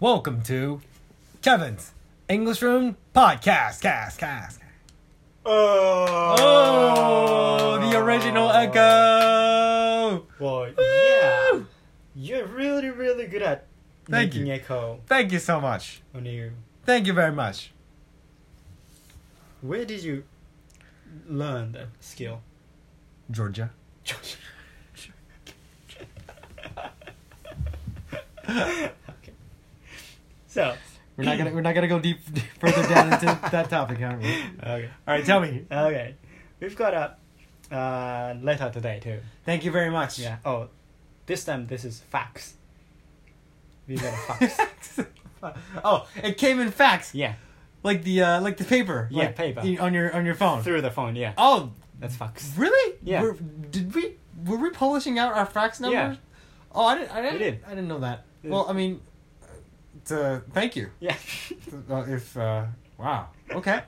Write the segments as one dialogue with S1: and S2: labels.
S1: Welcome to Kevin's English Room Podcast. Cast, cast.
S2: Oh,
S1: Oh, the original echo.
S2: Well, yeah, you're really, really good at
S1: Thank
S2: making
S1: you.
S2: echo
S1: Thank you so much.
S2: on you.
S1: Thank you very much.
S2: Where did you learn that skill?
S1: Georgia.
S2: okay. So,
S1: We're not gonna we're not gonna go deep, deep further down into that topic, are we?
S2: okay,
S1: All right, tell me.
S2: okay, we've got a uh, letter today too.
S1: Thank you very much.
S2: Yeah. Oh, this time this is fax. We got a fax.
S1: oh, it came in fax,
S2: yeah,
S1: like the uh, like the paper,
S2: Yeah,
S1: like
S2: paper.
S1: in- on your on your phone.
S2: through the phone. Yeah,
S1: Oh,
S2: that's fax.
S1: really?
S2: Yeah.
S1: Were, did we were we publishing out our fax
S2: Yeah.
S1: numbers? Oh, I didn't. I didn't,
S2: We did.
S1: I didn't know that.
S2: Yeah.
S1: Well, I mean, uh, thank you.
S2: Yeah.
S1: Uh, if uh, wow, okay.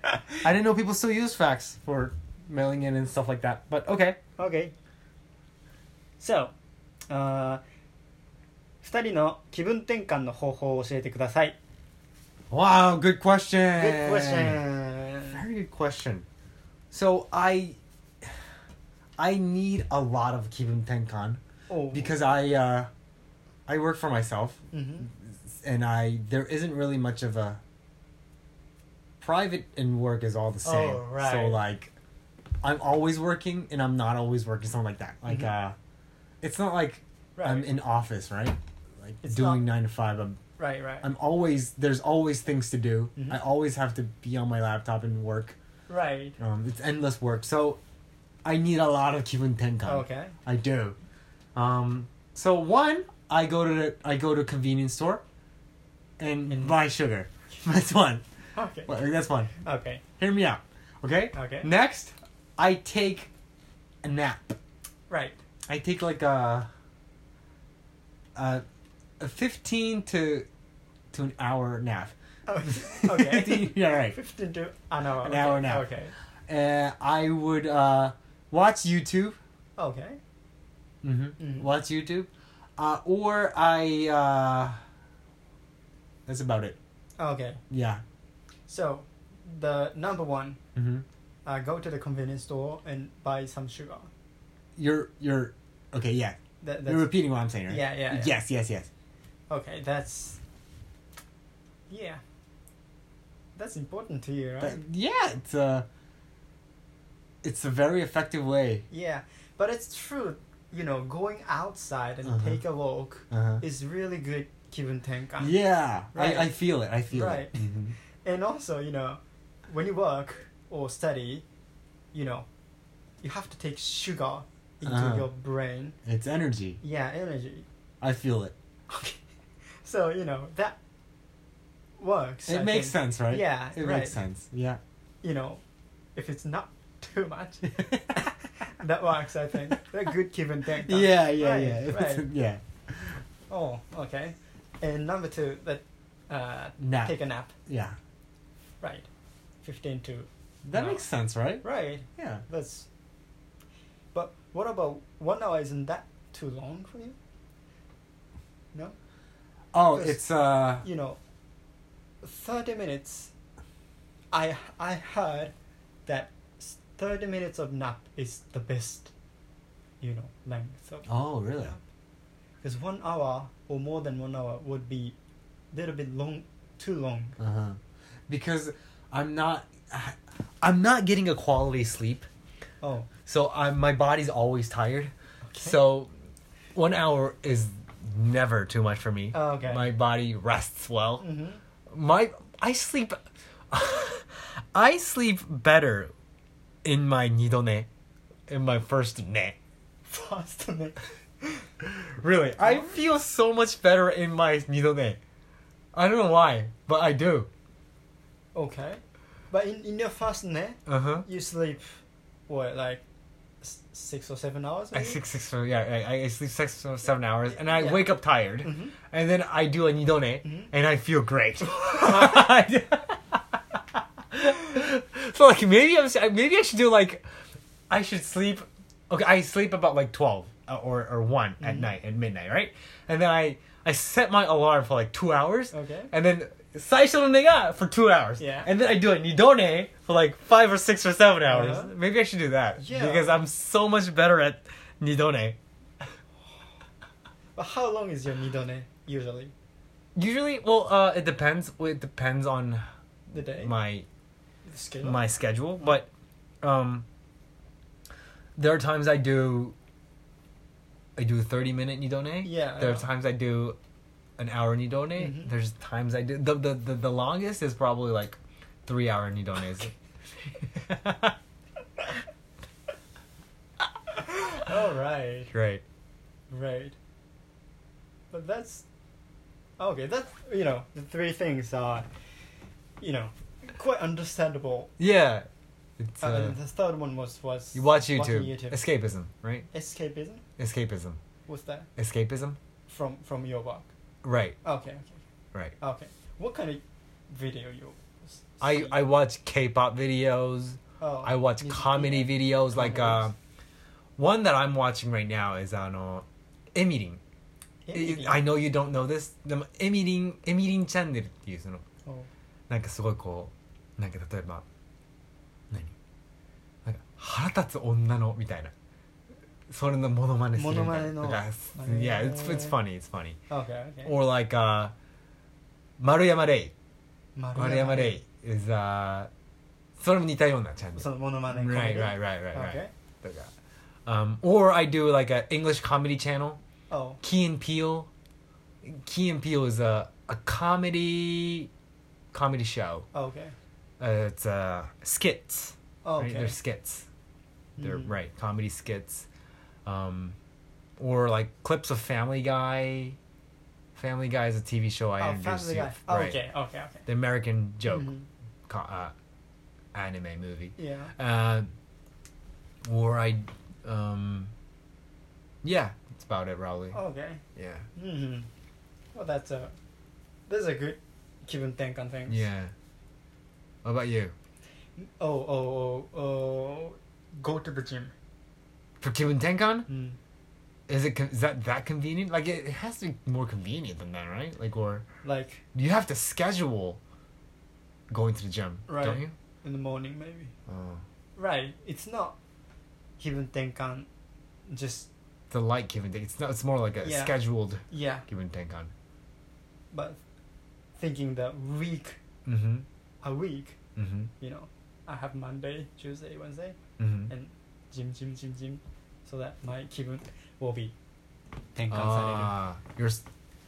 S1: I didn't know people still use fax for mailing in and stuff like that. But okay.
S2: Okay. So, uh, 2人の気分転換の方法を教えてください。
S1: Wow, good question.
S2: Good question.
S1: Very good question. So I, I need a lot of Kibun Tenkan
S2: Oh.
S1: because I, uh, I work for myself.
S2: Mhm.
S1: and I there isn't really much of a private and work is all the same.
S2: Oh, right.
S1: So like I'm always working and I'm not always working, something like that. Like
S2: Mhm.
S1: uh it's not like I'm
S2: Right.
S1: in office, right? Like
S2: It's
S1: doing
S2: not-
S1: nine to five. I'm
S2: Right, right.
S1: I'm always there's always things to do.
S2: Mhm.
S1: I always have to be on my laptop and work.
S2: Right.
S1: Um it's endless work. So I need a lot of kibun tenkan.
S2: Oh, Okay.
S1: I do. Um, so one, I go to the, I go to a convenience store, and
S2: And-
S1: buy sugar. That's one.
S2: Okay.
S1: Well, That's one.
S2: Okay.
S1: Hear me out. Okay.
S2: Okay.
S1: Next, I take a nap.
S2: Right.
S1: I take like a a, a fifteen to to an hour nap.
S2: Okay.
S1: yeah. Right.
S2: 15 to an hour.
S1: An hour
S2: okay.
S1: now.
S2: Okay.
S1: Uh, I would uh, watch YouTube.
S2: Okay.
S1: Mm-hmm.
S2: Mhm.
S1: Watch YouTube, uh, or I. Uh, that's about it.
S2: Okay.
S1: Yeah.
S2: So, the number one,
S1: Mm-hmm.
S2: uh, go to the convenience store and buy some sugar.
S1: You're you're okay. Yeah.
S2: That,
S1: you're
S2: that's,
S1: repeating what I'm saying, right?
S2: Yeah, yeah, yeah.
S1: Yes, yes, yes.
S2: okay, that's. Yeah. That's important to you, right?
S1: But yeah, it's a. It's a very effective way.
S2: Yeah, but it's true. You know, going outside and
S1: Uh-huh.
S2: take a walk
S1: Uh-huh.
S2: is really good kibun tenkan.
S1: Yeah,
S2: ah. Right.
S1: I, I feel it. I feel
S2: Right.
S1: it. Mhm.
S2: And also, you know, when you work or study, you know, you have to take sugar into
S1: Uh-huh.
S2: your brain.
S1: It's energy.
S2: Yeah, energy.
S1: I feel it.
S2: Okay. So you know that works.
S1: It
S2: I
S1: makes
S2: think.
S1: sense, right?
S2: Yeah,
S1: It
S2: right.
S1: makes sense. Yeah.
S2: You know, if it's not too much, that works. I think that good kibun tenkan.
S1: Yeah, yeah,
S2: Right,
S1: yeah. It's-
S2: right.
S1: yeah.
S2: Oh, okay. And number two, that uh,
S1: Nap.
S2: take a nap.
S1: Yeah.
S2: Right. 15 to.
S1: That
S2: No.
S1: makes sense, right?
S2: Right.
S1: Yeah.
S2: That's. But what about one hour? Isn't that too long for you? No?
S1: Oh,
S2: Because-
S1: it's uh
S2: You know, 30 minutes. I, I heard that s- 30 minutes of nap is the best, you know, length of
S1: Oh, really?
S2: Because one hour or more than one hour would be a little bit long, too long.
S1: Uh-huh. Because I'm not I'm not getting a quality sleep.
S2: Oh,
S1: So I my body's always tired.
S2: okay.
S1: So 1 hour is never too much for me.
S2: Oh, okay.
S1: My body rests well.
S2: Mhm.
S1: My I sleep I sleep better in my nidone in my first ne.
S2: Fast ne.
S1: Really? I feel so much better in my nidone. I don't know why, but I do.
S2: Okay. But in, in your first ne,
S1: Uh-huh.
S2: you sleep, what, like s- six or seven hours?
S1: I
S2: maybe?
S1: sleep six or yeah, I- I, I sleep six or seven hours, and I
S2: Yeah.
S1: wake up tired,
S2: Mhm.
S1: and then I do a nidone,
S2: Mhm.
S1: and I feel great. so like maybe I'm s- maybe I should do like I should sleep.
S2: Mm-hmm.
S1: Okay, I sleep about like twelve uh, or or one at night at midnight, right? And then I I set my alarm for like two hours.
S2: Okay.
S1: And then 最初の寝が for two hours.
S2: Yeah.
S1: And then I do a 二度寝 for like five or six or seven hours.
S2: Uh-huh.
S1: Maybe I should do that.
S2: Yeah.
S1: Because I'm so much better at 二度寝.
S2: But how long is your nidone usually?
S1: Usually, well, uh, it depends. It depends on
S2: The day?
S1: my
S2: the schedule?
S1: my schedule, but um, there are times I do. I do a thirty minute nidone.
S2: Yeah,
S1: There are
S2: yeah.
S1: times I do, an hour nidone.
S2: Mhm.
S1: There's times I do the the the, the longest is probably like, three hour nidones.
S2: Oh, right.
S1: right.
S2: Right. But that's okay. That's you know the three things are, you know, quite understandable.
S1: Yeah. It's,
S2: Uh,
S1: uh,
S2: the third one was was
S1: you watch
S2: watching
S1: YouTube. Escapism, right?
S2: Escapism.
S1: Escapism.
S2: What's that
S1: Escapism.
S2: from from your work?
S1: Right.
S2: Okay, okay,
S1: Right.
S2: okay. What kind of video you? s-
S1: I
S2: uh, see?
S1: I watch K-pop videos.
S2: oh,
S1: I watch
S2: music
S1: comedy
S2: video.
S1: videos like uh,
S2: Comedies.
S1: one that I'm watching right now is on uh, Emirin.
S2: Anything.
S1: uh, I know you don't know this. でも Emirin Emirin チャンネルっていうその
S2: Oh.
S1: なんかすごいこうなんか例えば何なんか腹立つ女のみたいなそれのモノマネするみたいな
S2: モノマネの
S1: なんか
S2: へー
S1: Yeah, it's it's funny, it's funny.
S2: Oh, Okay, okay.
S1: Or like uh, 丸山レイ丸山レ
S2: Maruyama-rei.
S1: イ is uh それも似たようなチャンネル。
S2: So monomane.
S1: Right,
S2: comedy.
S1: right, right, right, right.
S2: Okay.
S1: But, uh, Um, or I do like an English comedy channel,
S2: Oh.
S1: Key and Peele. Key and Peele is a, a comedy comedy show.
S2: Okay.
S1: Uh, it's uh, skits.
S2: Oh, Okay.
S1: Right? They're skits. They're
S2: Mm.
S1: right comedy skits, um, or like clips of Family Guy. Family Guy is a TV show I
S2: Oh,
S1: introduced
S2: Family
S1: you.
S2: Guy. Oh,
S1: right.
S2: okay, okay, okay.
S1: The American joke
S2: Mhm.
S1: co- uh, anime movie.
S2: Yeah.
S1: Uh, or I, um, yeah, that's about it, probably.
S2: Okay.
S1: Yeah.
S2: hmm Well, that's a that's a good given think on things.
S1: Yeah. What about you?
S2: Oh, oh, oh, oh. Go to the gym.
S1: For Kimin Tenkan?
S2: Mm.
S1: Is it con- is that that convenient? Like it, it has to be more convenient than that, right? Like or
S2: Like
S1: you have to schedule going to the gym,
S2: Right.
S1: don't you?
S2: in the morning, maybe.
S1: Oh.
S2: Right. It's not given think on just
S1: The light Kimin Tenkan. It's not. It's more like a
S2: Yeah.
S1: scheduled
S2: yeah,
S1: Kimin Tenkan.
S2: but thinking that week
S1: Mm-hmm.
S2: a week.
S1: Mm-hmm.
S2: You know, I have Monday, Tuesday, Wednesday,
S1: Mm-hmm.
S2: and gym, gym, gym, gym, so that my given will be think on Saturday.
S1: Ah, you're. s-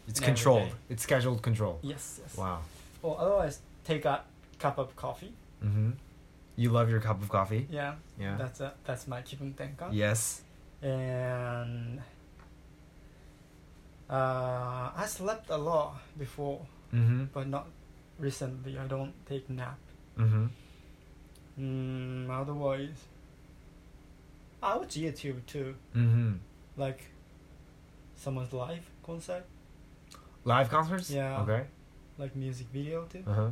S1: It's
S2: Every
S1: controlled.
S2: day.
S1: It's scheduled control.
S2: Yes. Yes.
S1: Wow.
S2: Or otherwise, take a cup of coffee.
S1: Mm-hmm. You love your cup of coffee.
S2: Yeah.
S1: Yeah.
S2: That's a, that's my Kibun Tenkan.
S1: yes.
S2: And uh, I slept a lot before,
S1: Mm-hmm.
S2: but not recently. I don't take nap.
S1: Mm-hmm.
S2: Mm, otherwise, I watch YouTube too,
S1: Mm-hmm.
S2: like someone's live concert,
S1: Live concerts.
S2: Yeah.
S1: Okay.
S2: like music video too,
S1: Uh huh.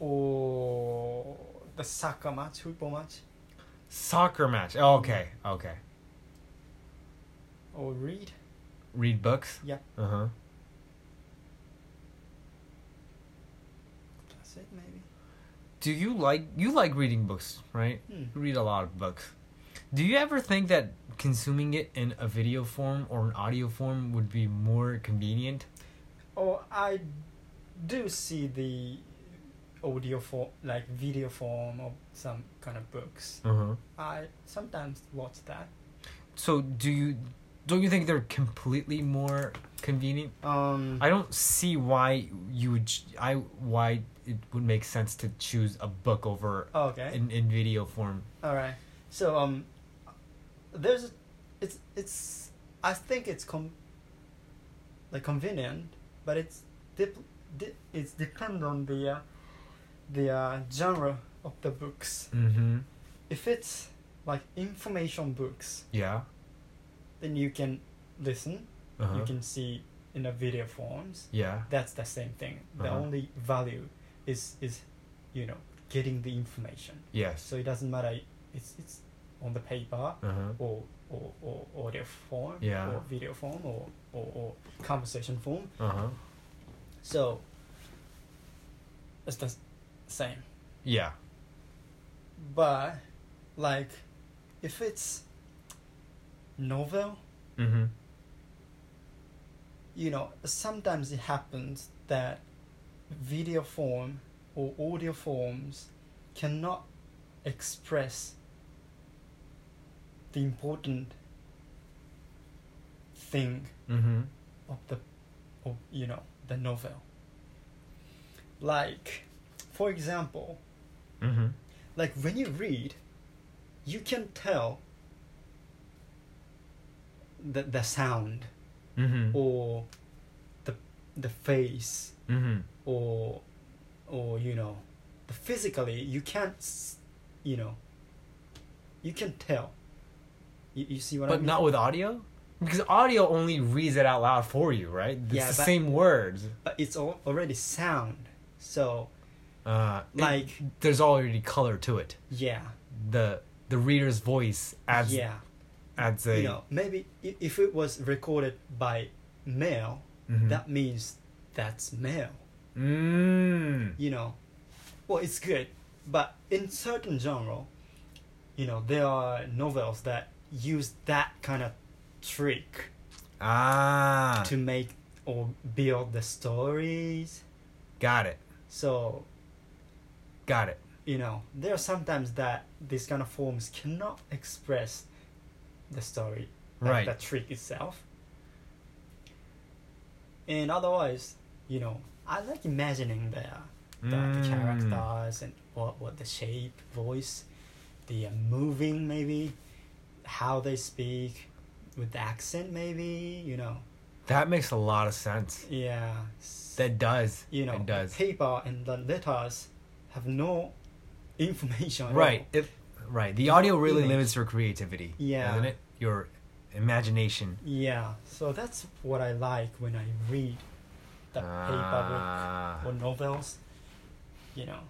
S2: or the soccer match, football match,
S1: Soccer match. Oh, okay. Okay.
S2: or read.
S1: Read books.
S2: Yeah,
S1: Uh huh.
S2: that's it maybe.
S1: Do you like you like reading books, right?
S2: Hmm.
S1: You read a lot of books. Do you ever think that consuming it in a video form or an audio form would be more convenient?
S2: Oh, I do see the audio form, like video form of some kind of books.
S1: Uh huh.
S2: I sometimes watch that.
S1: So do you don't you think they're completely more convenient?
S2: Um,
S1: I don't see why you would ch- I why it would make sense to choose a book over
S2: Oh, okay.
S1: in, in video form.
S2: All right. So um, there's, it's it's. I think it's com. Like convenient, but it's dip, di it's depend on the, uh, the uh, genre of the books.
S1: Mm-hmm.
S2: If it's like information books,
S1: Yeah.
S2: then you can listen.
S1: Uh-huh.
S2: You can see in the video forms.
S1: Yeah.
S2: That's the same thing. The
S1: Uh-huh.
S2: only value is is, you know, getting the information.
S1: Yes.
S2: So it doesn't matter. It's it's on the paper
S1: Uh-huh.
S2: or, or, or audio form
S1: Yeah.
S2: or video form or, or, or conversation form.
S1: Uh-huh.
S2: So it's the s- same.
S1: Yeah.
S2: But like if it's novel,
S1: Mm-hmm.
S2: you know, sometimes it happens that video form or audio forms cannot express the important thing
S1: Mm-hmm.
S2: of the of, you know the novel like for example
S1: Mm-hmm.
S2: like when you read you can tell the the sound
S1: Mm-hmm.
S2: or the the face
S1: Mm-hmm.
S2: or or you know the physically you can't s- you know you can tell you, you see what I
S1: But
S2: mean
S1: not with audio? Because audio only reads it out loud for you, right? It's
S2: Yeah,
S1: the
S2: but-
S1: same words.
S2: but it's all already sound so
S1: Uh, it-
S2: Like-
S1: there's already color to it.
S2: yeah
S1: The the reader's voice adds
S2: yeah
S1: adds a
S2: you know maybe i- if it was recorded by male
S1: Mhm.
S2: that means that's male
S1: Mm.
S2: you know well it's good but in certain genre you know there are novels that use that kind of trick
S1: Ah.
S2: to make or build the stories
S1: Got it.
S2: so
S1: Got it.
S2: you know there are sometimes that these kind of forms cannot express the story like
S1: Right.
S2: the trick itself and otherwise you know i like imagining the the, the
S1: Mm.
S2: characters and what what the shape voice the uh, moving maybe how they speak with the accent maybe you know
S1: That makes a lot of sense.
S2: yeah s-
S1: That does.
S2: you know
S1: It does.
S2: paper and the letters have no information at
S1: Right.
S2: all.
S1: It, right. The
S2: Your
S1: audio really
S2: image.
S1: limits your creativity.
S2: Yeah.
S1: Doesn't it? Your imagination.
S2: Yeah, so that's what I like when I read the
S1: Ah.
S2: paper book or novels, you know.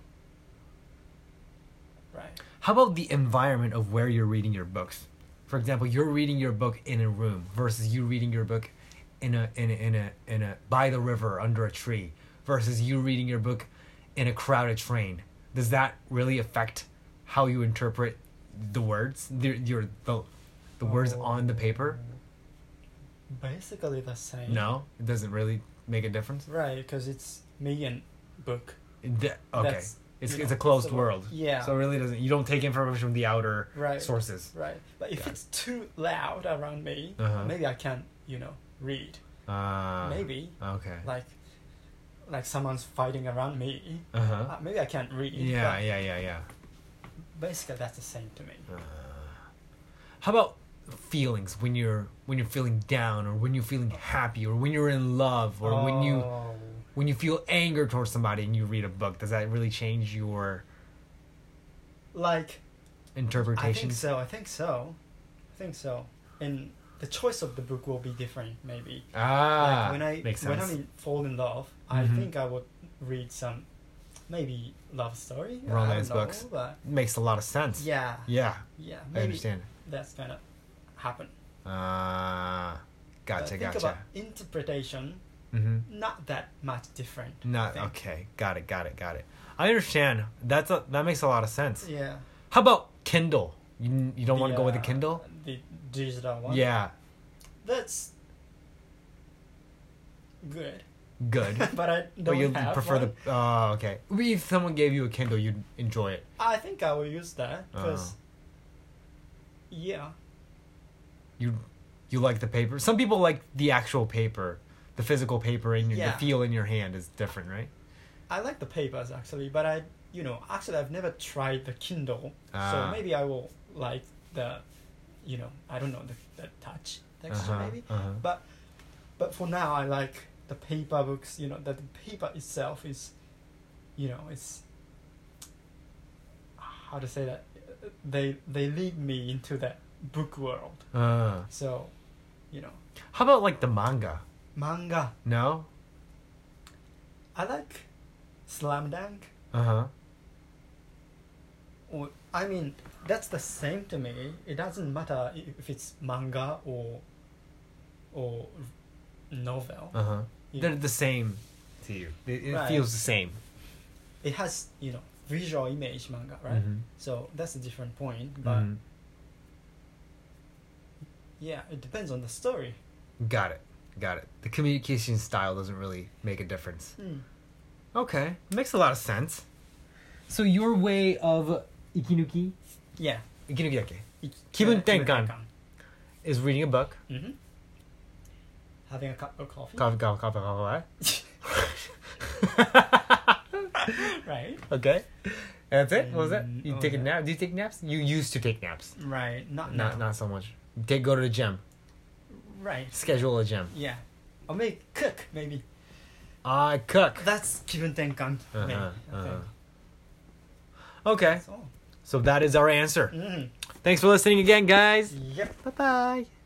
S2: Right.
S1: How about the environment of where you're reading your books? For example, you're reading your book in a room versus you reading your book in a in a in a, in a by the river under a tree versus you reading your book in a crowded train. Does that really affect how you interpret the words? The your the, the words
S2: Oh.
S1: on the paper?
S2: Basically the same.
S1: No, it doesn't really make a difference.
S2: Right, because it's me and book.
S1: The- okay,
S2: That's-
S1: it's
S2: you
S1: it's
S2: know,
S1: a closed
S2: so-
S1: world.
S2: yeah.
S1: So it really doesn't. You don't take information from the outer
S2: Right.
S1: sources.
S2: Right. But if
S1: Got it.
S2: it's too loud around me,
S1: Uh-huh.
S2: maybe I can, you know, read.
S1: Uh,
S2: maybe.
S1: Okay.
S2: Like, like someone's fighting around me.
S1: Uh huh.
S2: Uh, maybe I can't read.
S1: Yeah,
S2: but
S1: yeah, yeah, yeah.
S2: Basically, that's the same to me.
S1: How about feelings when you're when you're feeling down or when you're feeling happy or when you're in love or when you
S2: Oh.
S1: when you feel anger towards somebody and you read a book? Does that really change your
S2: like I
S1: interpretation?
S2: think so. I think so. I think so. And the choice of the book will be different, maybe.
S1: Ah,
S2: like when I
S1: makes
S2: when
S1: sense.
S2: I'm in fall in love, I
S1: Mhm.
S2: think I would read some maybe love story, I don't
S1: Romance
S2: know,
S1: books.
S2: But
S1: makes a lot of sense.
S2: yeah,
S1: Yeah,
S2: yeah,
S1: I
S2: maybe
S1: understand.
S2: that's gonna happen.
S1: Ah,
S2: But
S1: gotcha,
S2: think about
S1: gotcha.
S2: interpretation,
S1: Mm-hmm.
S2: not that much different. I
S1: Not
S2: think.
S1: okay. Got it. Got it. Got it. I understand. That's a, that makes a lot of sense.
S2: Yeah.
S1: How about Kindle? You you don't
S2: The,
S1: want to go with a
S2: uh,
S1: Kindle?
S2: The digital one.
S1: Yeah,
S2: That's good.
S1: good.
S2: but I don't
S1: but you
S2: have
S1: prefer
S2: one.
S1: the oh okay. Maybe If someone gave you a Kindle, you'd enjoy it.
S2: I think I will use that because.
S1: Oh.
S2: Yeah,
S1: You you like the paper. Some people like the actual paper, the physical paper, and your,
S2: Yeah.
S1: the feel in your hand is different, right?
S2: I like the papers actually, but I you know actually I've never tried the Kindle,
S1: Ah.
S2: so maybe I will like the, you know I don't know the, the touch texture
S1: Uh-huh,
S2: maybe,
S1: uh-huh.
S2: but but for now I like the paper books. You know that the paper itself is, you know it's. How to say that? They they lead me into that book world.
S1: Uh,
S2: So, you know,
S1: how about like the manga?
S2: manga.
S1: No. Uh-huh.
S2: I like Slam Dunk
S1: Uh huh.
S2: or I mean that's the same to me. It doesn't matter i- if it's manga or or novel.
S1: Uh huh.
S2: you
S1: They're
S2: know.
S1: the same to you. It, it
S2: Right.
S1: feels the same.
S2: It has you know visual image manga, right?
S1: Mhm.
S2: So that's a different point, but
S1: Mhm.
S2: yeah, it depends on the story.
S1: Got it. Got it. The communication style doesn't really make a difference. Okay, makes a lot of sense. So your way of ikinuki,
S2: Yeah.
S1: ikinuki
S2: Ik-
S1: Kibun
S2: uh,
S1: tenkan. is reading a book.
S2: Mhm. Having a cup of coffee.
S1: Coffee, coffee, coffee, coffee.
S2: right.
S1: okay, and that's it. What was that?
S2: Mm,
S1: You
S2: oh,
S1: take a
S2: yeah. Uh,
S1: nap? Do you take naps? You used to take naps.
S2: Right. Not
S1: Not
S2: now.
S1: not so much. Take go to the gym.
S2: Right.
S1: Schedule a gym.
S2: Yeah. Or maybe cook maybe.
S1: I cook.
S2: That's kibun tenkan.
S1: Uh-huh,
S2: maybe, I
S1: uh-huh.
S2: think.
S1: Okay,
S2: That's all.
S1: so that is our answer.
S2: Mm.
S1: Thanks for listening again, guys.
S2: Yep.
S1: Bye bye.